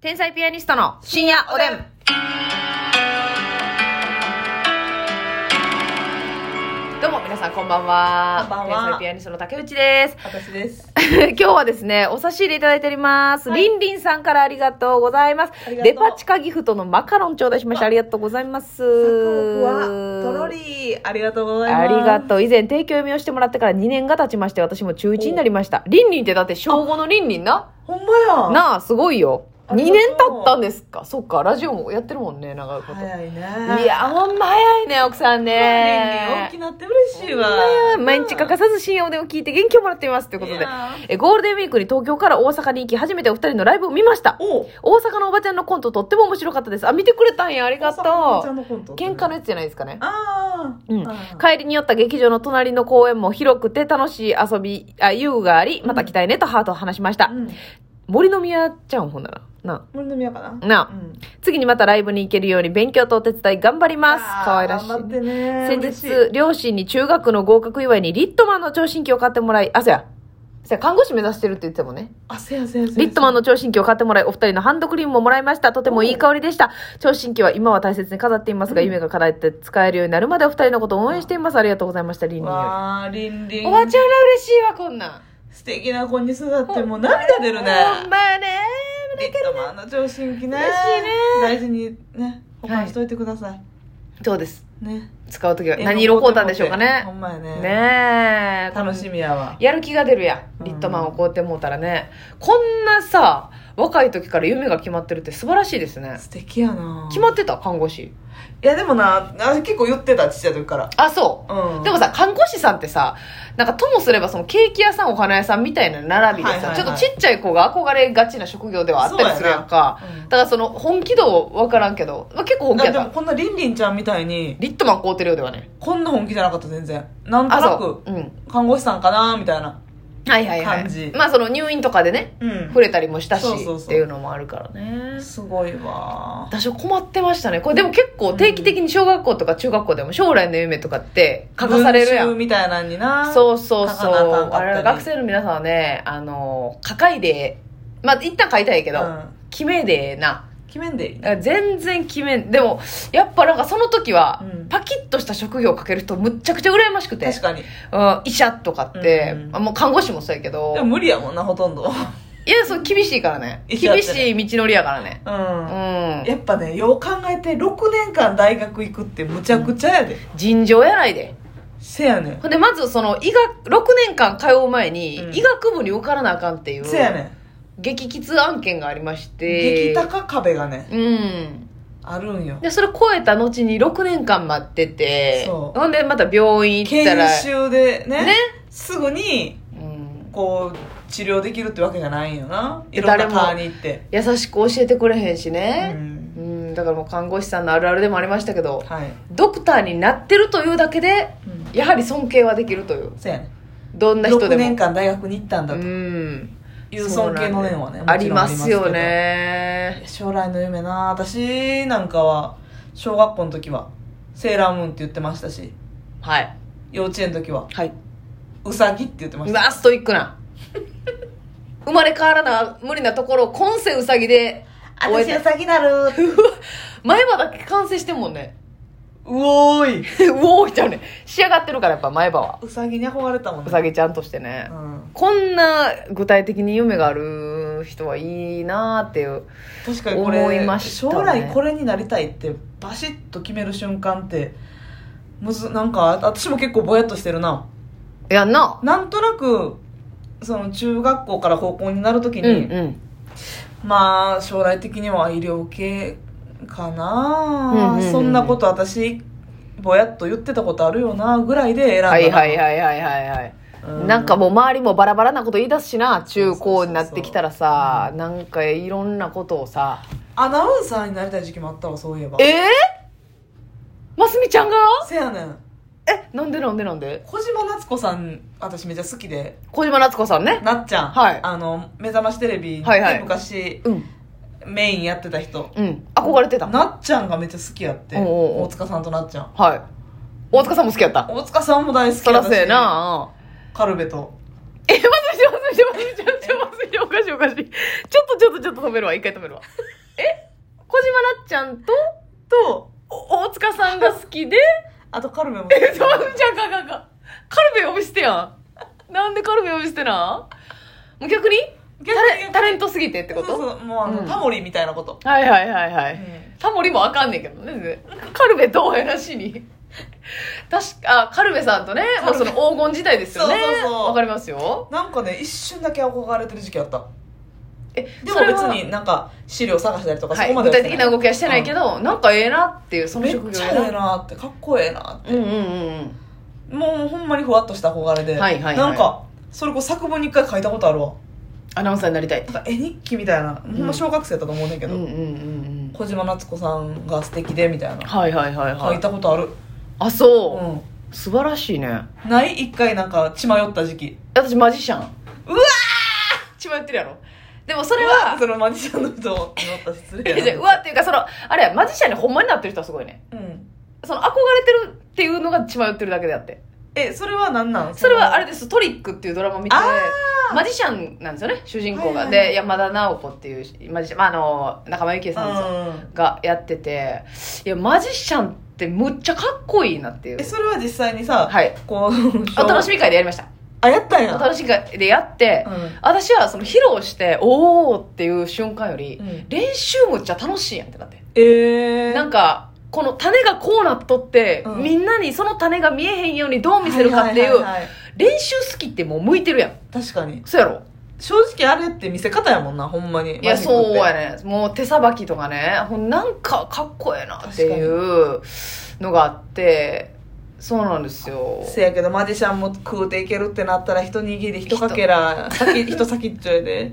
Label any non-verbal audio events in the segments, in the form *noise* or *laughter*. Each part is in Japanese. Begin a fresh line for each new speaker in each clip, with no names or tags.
天才ピアニストの深夜おでん。どうも皆さんこんばんは。
こんばんは
天才ピアニストの竹内
*laughs*
です。
私です。
今日はですね、お差し入れいただいております。
はい
りんりんさんからありがとうございます
あり。がと
デ
う
パ地下ギフトのマカロン頂戴しました。ありがとうございます。
ふわ、とろり、ありがとうござい
あ
ます。
りがとう。以前提供読みをしてもらってから2年が経ちまして、私も中1になりました。りんりんってだって小5のりんりんな。
う。ほんまや。
なあ、すごいよ。2
あり
年
がとう
経ったんですか。そっか、ラジオもやってるもんね、長いこと。
早いね。
いや、ほんま早いね、奥さん
大
ね
き。なって嬉しいわ。
毎日欠かさず深夜おでんを聞いて元気をもらっていますということ
い
で
やー
えゴールデンウィークに東京から大阪に行き初めてお二人のライブを見ました
おう。
大阪のおばちゃんのコントとっても面白かったですあ見てくれたんやありがとう
う
喧嘩のやつじゃないですかね
ああ。
う
あ
ん
ー、
帰りに寄った劇場の隣の公園も広くて楽しい遊び、あ、遊具があり、また来たいねとハートを話しました。
うん。
森の宮ちゃんほんなら。な
俺の宮かな。
あ。なあ、
うん。
次にまたライブに行けるように勉強とお手伝い頑張ります。可愛らしい。
頑張ってね。
先
嬉しい
日、両親に中学の合格祝いにリットマンの聴診器を買ってもらい、あ、そうや。そうや看護師目指してるって言ってたもんね。
あ、せやせやせや。
リットマンの聴診器を買ってもらい、お二人のハンドクリームももらいました。とてもいい香りでした。聴診器は今は大切に飾っていますが、夢が叶えて使えるようになるまでお二人のことを応援しています。ありがとうございました、リンリンより。
わあ、りんりん。
おばちゃんら嬉しいわ、こんなん。
素敵な子に育って、もう涙出るね。
ほんまやね。
リットマンの聴診器
嬉
ね。
しいね
大事にね、保管しといてください。
そうです。
ね。
使うときは何色買うたんでしょうか
ほ
ね。
んまやね。
ねえ。
楽しみやわ。
やる気が出るやん。リットマンをこうやってもうたらね。こんなさ、若い時から夢が決まってるって素晴らしいですね。
素敵やな
決まってた看護師。
いやでもな、あ結構言ってた、ちっちゃい時から。
あ、そう。
うん。
でもさ、看護師さんってさ、なんかともすればそのケーキ屋さん、お花屋さんみたいな並びでさ、
はいはいはい
ちょっとちっちゃい子が憧れがちな職業ではあったりするやんか。
そうやなうん
だからその本気度わからんけど、まあ、結構本気や
な、
っ
でも
た。
こんなりんりんちゃんみたいに、
リットマン買うてるようではね。
こんな本気じゃなかった、全然。なんと
あ、
な
そ
く、
う。うん。
看護師さんかなみたいな。
はいはいはい。
感じ
まあその入院とかでね、
うん
触。れたりもしたし
そうそうそう
っていうのもあるからね。
すごいわ。
私は困ってましたね。これでも結構定期的に小学校とか中学校でも将来の夢とかって書かされるやん
文集。みたいなんにな。
そうそう
書
そ
かなあかん
う。
かった
あ
り
れは学生の皆さんはね、あの、書かいで、まあ一旦書いたいけど、
うん
決めでな。
決めんでいいね。
全然決めん。でも、やっぱなんかその時は、
うん
パキッとした職業をかける人むっちゃくちゃ羨ましくて。
確かに。
うん、医者とかって、
うんうん
あもう看護師もそうやけど。
でも無理やもんな、ほとんど。
いや、そう、厳しいからね。
いや
厳しい道のりやからね。
う。
うんん。
*laughs* やっぱね、よう考えて、6年間大学行くってむちゃくちゃやで。
尋常やないで。
せやねん。
ほんで、まず、その、医学、6年間通う前に、
うん
医学部に受からなあかんっていう、
せやねん。
激キツ案件がありまして、
激高壁がね、
うん。
あるんよ。
で、それ超えた後に6年間待ってて、
そう
ほんで、また病院行っ
研
たら、
修でね
ね
すぐに
うん、
こう治療できるってわけじゃないんよな
で
いろんな
誰も
科に行って、
優しく教えてくれへんし
う、
ね。うんん、だからもう看護師さんのあるあるでもありましたけど、
はい、
ドクターになってるというだけで、
うん、
やはり尊敬はできるという。
そうやね
どんな人でも。
6年間大学に行ったんだ
う
と
ん。
いう尊敬の念
そうな
はね
んだ
も
あ
ち
り
ろんあ
ま
ります
す
けど
よね。
将来の夢な私なんかは小学校の時はセーラームーンって言ってましたし
はい。
幼稚園の時は
はい。
ウサギって言ってまし
う
た
わ、ストイックな。 *laughs* 生まれ変わらな無理なところを今世うさぎで終え
私ウ
て。
サギなるー
前歯だけ完成してんもんね。 *laughs*
うおーいう
おーいちゃうね。仕上がってるからやっぱ前歯は。
ウサギに憧れたもんね
うさぎちゃんとしてね
う。ん、
こんな具体的に夢がある人はいいなーっていう。
確かにこれ
思いましたね
将来これになりたいってバシッと決める瞬間ってむずなんか私も結構ぼやっとしてるない
やんな。
なんとなくその中学校から高校になるとき
う
に、
んうん。
まあ将来的には医療系かな、
うんうんうんうん
そんなこと私ぼやっと言ってたことあるよなぐらいで選んだな
はいはいはいはいはいはい。
うん
なんかもう周りもバラバラなこと言い出すしな中高になってきたらさなんかいろんなことをさ
アナウンサーになりたい時期もあったわそういえば
ええますみちゃんが
せやねん
えなんでなんでなんで
小島夏子さん私めっちゃ好きで
小島夏子さんね
なっちゃん、
はい
あの目覚ましテレビで
はいはい
昔
うん
メインやってた人、
うん憧れてた
なっちゃんがめっちゃ好きやって
おうおうおう
大塚さんとなっちゃん
はい大塚さんも好きやった
大塚さんも大好き
そ
や
ら
った
せえな
カルベと
えますみちゃんますみちゃんますみちゃんますみちゃんおかしいおかしいちょっとちょっとちょっと止めるわ一回止めるわ小島なっちゃんと
と、
お大塚さんが好きで、
あとカルメも。
え、そんじゃかかか。カルベ呼びしてやん。なんでカルベ呼びしてなもう逆に
逆に
タレタレントすぎてってこと
そうそう、もうあの、
うん
タモリみたいなこと。
はいはいはいは
う
い。
ん
タモリもあかんねんけどね。カルベどうやらしに。確か、あ、カルベさんとね、もうその黄金時代ですよね。
そうそうそう
わかりますよ。
なんかね、一瞬だけ憧れてる時期あった。
え、
で
そ
も
れ
別
は
になんか資料探したりとか、
は
そこ
い、
ま
具
では
体的な動きはしてないけど、なんかええなっていう、その
め
職
っ
業
ち
や
ゃえ
な。
えなって、かっこええなって。
うんうんうん
もうほんまにふわっとした憧れで。
はいはいはい
なんか、それこそ作文に一回書いたことあるわ。
アナウンサーになりたい。
なんか絵日記みたいな、ほんま小学生だったと思うねんけ
うん
ど、
うんうんうん。
小島夏子さんが素敵でみたいな。
はいはいはい
書
はいい。
たことある。
あ、そう。
う
素晴らしいね。
ん。ない一回なんか血迷った時期。
私マジシャン。うわ
ー
血迷ってるやろ。でもそれ
うわ
は、
そのマジシャンの人を祈ったら
*laughs*
失
いや
礼
いや
や
う
な
わっていうか、その、あれや、マジシャンにほんまになってる人はすごいね。
うん。
その憧れてるっていうのが血迷ってるだけであって。
え、それは何なん
それはあれ
で。
です、トリックっていうドラマ見て
あ、
マジシャンなんですよね、主人公
はい
が。
はいはい
で、山田直子っていう、マジシャン、まあ、あの、仲間由紀恵
う
さんですよ
ん。
がやってて、いや、マジシャンってむっちゃかっこいいなっていう
え、。それは実際にさ、
はい。
こう、
お楽しみ会でやりました。
あ、やったんや。
お楽しみ会でやって、
う
私はその披露して、おーっていう瞬間より、
んうん。
練習むっちゃ楽しいやんってなって。
えー。
なんか、この種がこうなっとって、
うん
みんなにその種が見えへんようにどう見せるかってい
は
う
は、はいはい
練習好きってもう向いてるやん。
確かに。
そうやろ
正直あれって見せ方やもんな、ほんまに。
いや、
マジックっ
そ
て
うやね。もう手さばきとかね、ほんなんかかっこええなっていうのがあって、そうなんですよ。
せやけど、マジシャンも食うていけるってなったら、一握り、一かけら、先、一先っちょいで。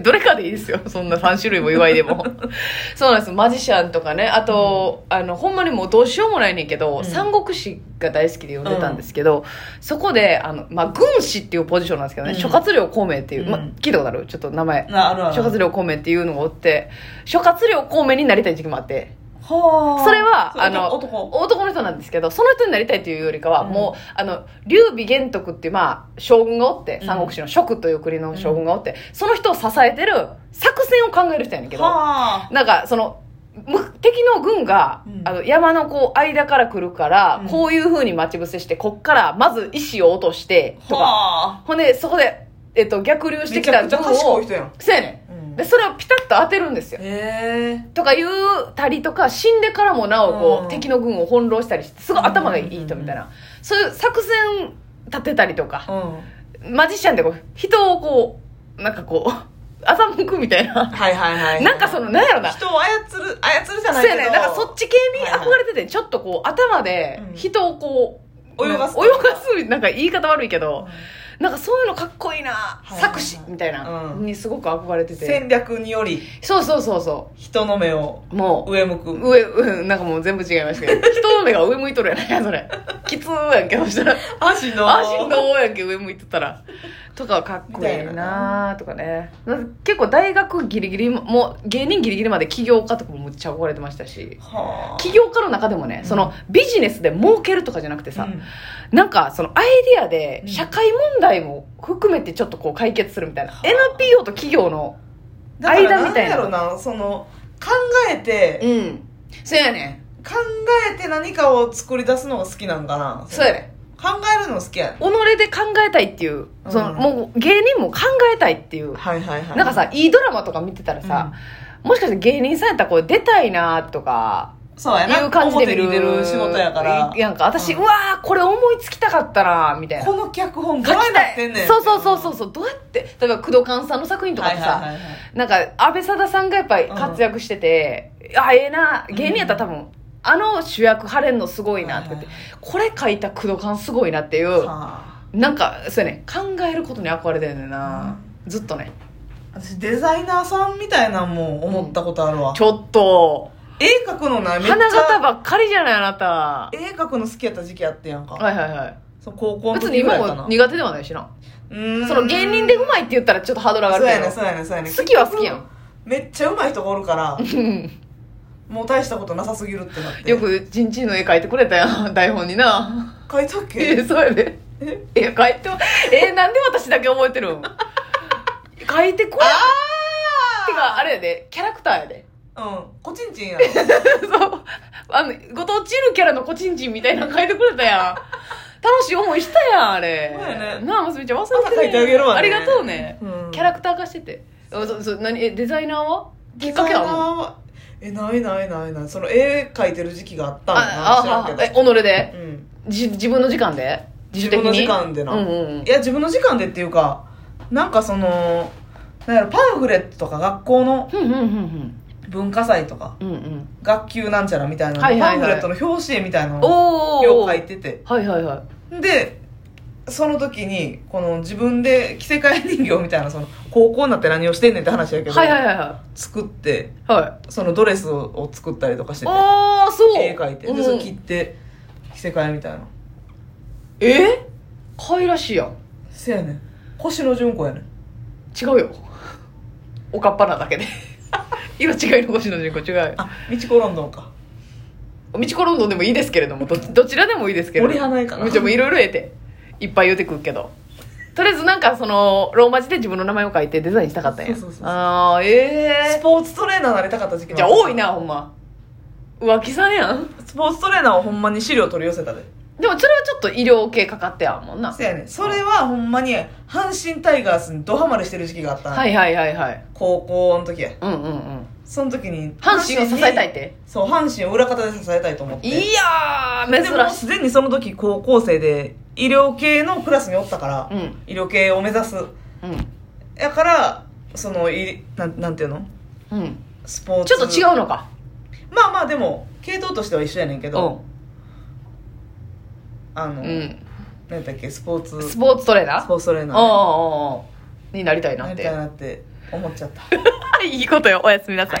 どれかでいいですよ。そんな3種類も祝いでも。 *laughs* そうなんです。マジシャンとかね。あと、あの、ほんまにもうどうしようもないねんけど、
うん
三国志が大好きで読んでたんですけど、そこで、あの、まあ、軍師っていうポジションなんですけどね、
うん
諸葛亮孔明っていう、
うん
まあ、聞いたことあるちょっと名前。
なあるある。
諸葛亮孔明っていうのがおって、諸葛亮孔明になりたい時期もあって、
はあ
それは
そ
あの
男。
男の人なんですけど、その人になりたいというよりかは、
うん
もう、あの、劉備玄徳っていう、まあ、将軍がおって
う、ん
三国志の蜀という国の将軍がおって、その人を支えてる作戦を考える人やねんけど、
はあ。
なんか、その、む敵の軍が、
うん
あの山のこう間から来るから、
うん
こういう風に待ち伏せしてこっからまず石を落としてとか
はあ。
ほんでそこで、えっと、逆流して
め
き
ち
た
ゃくち
軍
ゃ賢い
を
人やん。
そうやねんでそれをピタッと当てるんですよ
へえ。
とか言うたりとか死んでからもなおこう、
うん
敵の軍を翻弄したりしてすごい頭がいい人みたいな、そういう作戦立てたりと
う
か、
ん。
マジシャンでこう人をこうなんかこう *laughs* 欺くみたいな
はいはいはい。
なんかそのなんやろな
人を操る、操るじゃ
そ
な
う
い
や
け
ね
ど。
なんかそっち系に憧れてて、ちょっとこう頭で
うん
人をこう、
泳がす
泳がすなんか言い方悪いけど、なんかそういうのかっこいいな、
いはい
作詞みたいな、
うん
にすごく憧れてて
戦略により、
そうそうそうそ
人の目を
うもう
上向く。
上、うん、なんかもう全部違いました
*laughs*
けど。人の目が上向いとるやないか、それ。きつーやんけ、そしたら。
足の。
あ、しんどーやんけ、上向いてたら。とかはかっこいい
みたい
なーとかね。結構大学ギリギリ、もう芸人ギリギリまで起業家とかもむっちゃ憧れてましたし。
はあ。
起業家の中でもね、そのビジネスで儲けるとかじゃなくてさ、
うん
なんかそのアイディアで
うん
社会問題も含めてちょっとこう解決するみたいな、
はあ
NPO と企業の
だから
間みたいな
なんだろうな、その、考えて、
うんそうやね
考えて何かを作り出すのが好きなんかな。
そうやね
考えるの好きやね。
己で考えたいっていう、その
うん
もう芸人も考えたいっていう、
はいはいはい。
なんかさいいドラマとか見てたらさ、もしかして芸人さんやったらこれ出たいなとか
そうやな。
いう感じで見る
表に出る仕事やから
い。なんか私、う
うん
わーこれ思いつきたかったなみたいな
この脚本どうなってんねん。
そうそうそうそうそうどうやって例えば工藤勘さんの作品とか
は
で
い
さ、
はいはいはい。
なんか安倍貞さんがやっぱり活躍してて、あええな芸人やったら多分、あの主役晴れんのすごいなとかって、
はい
これ書いた工藤勘すごいなっていう、
は
なんかそうやね考えることに憧れてるねんな、ずっとね
あ私デザイナーさんみたいなんも思ったことあるわ
ち。ょっと
絵描くのないめっちゃ。
花形ばっかりじゃないあなたは
絵描くの好きやった時期あってやんか。
いはいはい
そう高校の
別に
時ぐら
今
いかな
も。苦手ではないしな
うん
その芸人でうまいって言ったらちょっとハードル上が
そうや
る
ね
け
そうやねそうやね
ど好きは好きやん
めっちゃうまい人がおるから
うん
もう大したことなさすぎるってなって
よくちんちんの絵描いてくれたやん台 *laughs* 本にな
書いたっ
*laughs* え
け
そうやで
え
いや描いてもえなんで私だけ覚え
*laughs*
てるん描いてこれって
あ
かあれやでキャラクターやで
うんコチンチンやろ
そう。あの、ご当地いるキャラのコチンチンみたいなの書いてくれたやん。楽しい思いしたやん、あれ。
そうやね
なあ、ますみちゃん忘れて
また書いてあげるわね
ありがとうね。
うん
キャラクター化してて。あそうそう何えデザイナーはきっかけあんの
はえないないないないその絵描いてる時期があったのかな知ら
あ
ん
あ、え、
けど
己で
うん
じ自分の時間で自主
自
的
分
に
の時間でな、
うんうんうん
いや自分の時間でっていうかなんかそのなんやろパンフレットとか学校の
ふんふんふんふん
文化祭とか
うんうん
学級なんちゃらみたいな、
はいはいはい
パンフレットの表紙絵みたいなのを
おお
よう書
はい
いてて
はいはい
でその時にこの自分で着せ替え人形みたいなその高校になって何をしてんねんって話やけど、
はいはいはいは
作って
いはい
そのドレスをを作ったりとかしてて
ああそう
絵描いてでそれ切って着せ替えみたいな
え可愛らしいやん
せやねん腰の順子やねん
違うよおかっぱなだけで *laughs* 色違いの星の人口違うよ
あミチコロンドンか
道コロンドンでもいいですけれどもどどちらでもいいですけれども
森花やから
むちゃもいろいろ得ていっぱい言うてくるけどとりあえずなんかそのローマ字で自分の名前を書いてデザインしたかったんや
そうそうそうそう
ああえ
ス
え
ポーツトレーナーになりたかった時
ー、
期も
じゃあ多いなほんま浮気さんやん
スポーツトレーナーはほんまに資料取り寄せたで
でもそれはちょっと医療系かかってやんもんな
そやねんそれはほんまに阪神タイガースにドハマりしてる時期があったんよ
はいはいはいはい
高校の時や
うんうんうん
その時に
阪神を支えたいっ
に
て
そう阪神を裏方で支えたいと思って
いやー
でも
珍しい
すでにその時高校生で医療系のクラスにおったから、
うん
医療系を目指すやからそのいなんなんていうの
うんうん
スポーツ
ちょっと違うのか
まあまあでも系統としては一緒やねんけど、あの、
うん、
なん、
うん、
何だっけスポーツ
スポーツトレーナー
スポーツトレーナーね
ああになりたいな
な
っ
り
て
たいなって思っちゃった
*laughs* いいことよおやすみなさい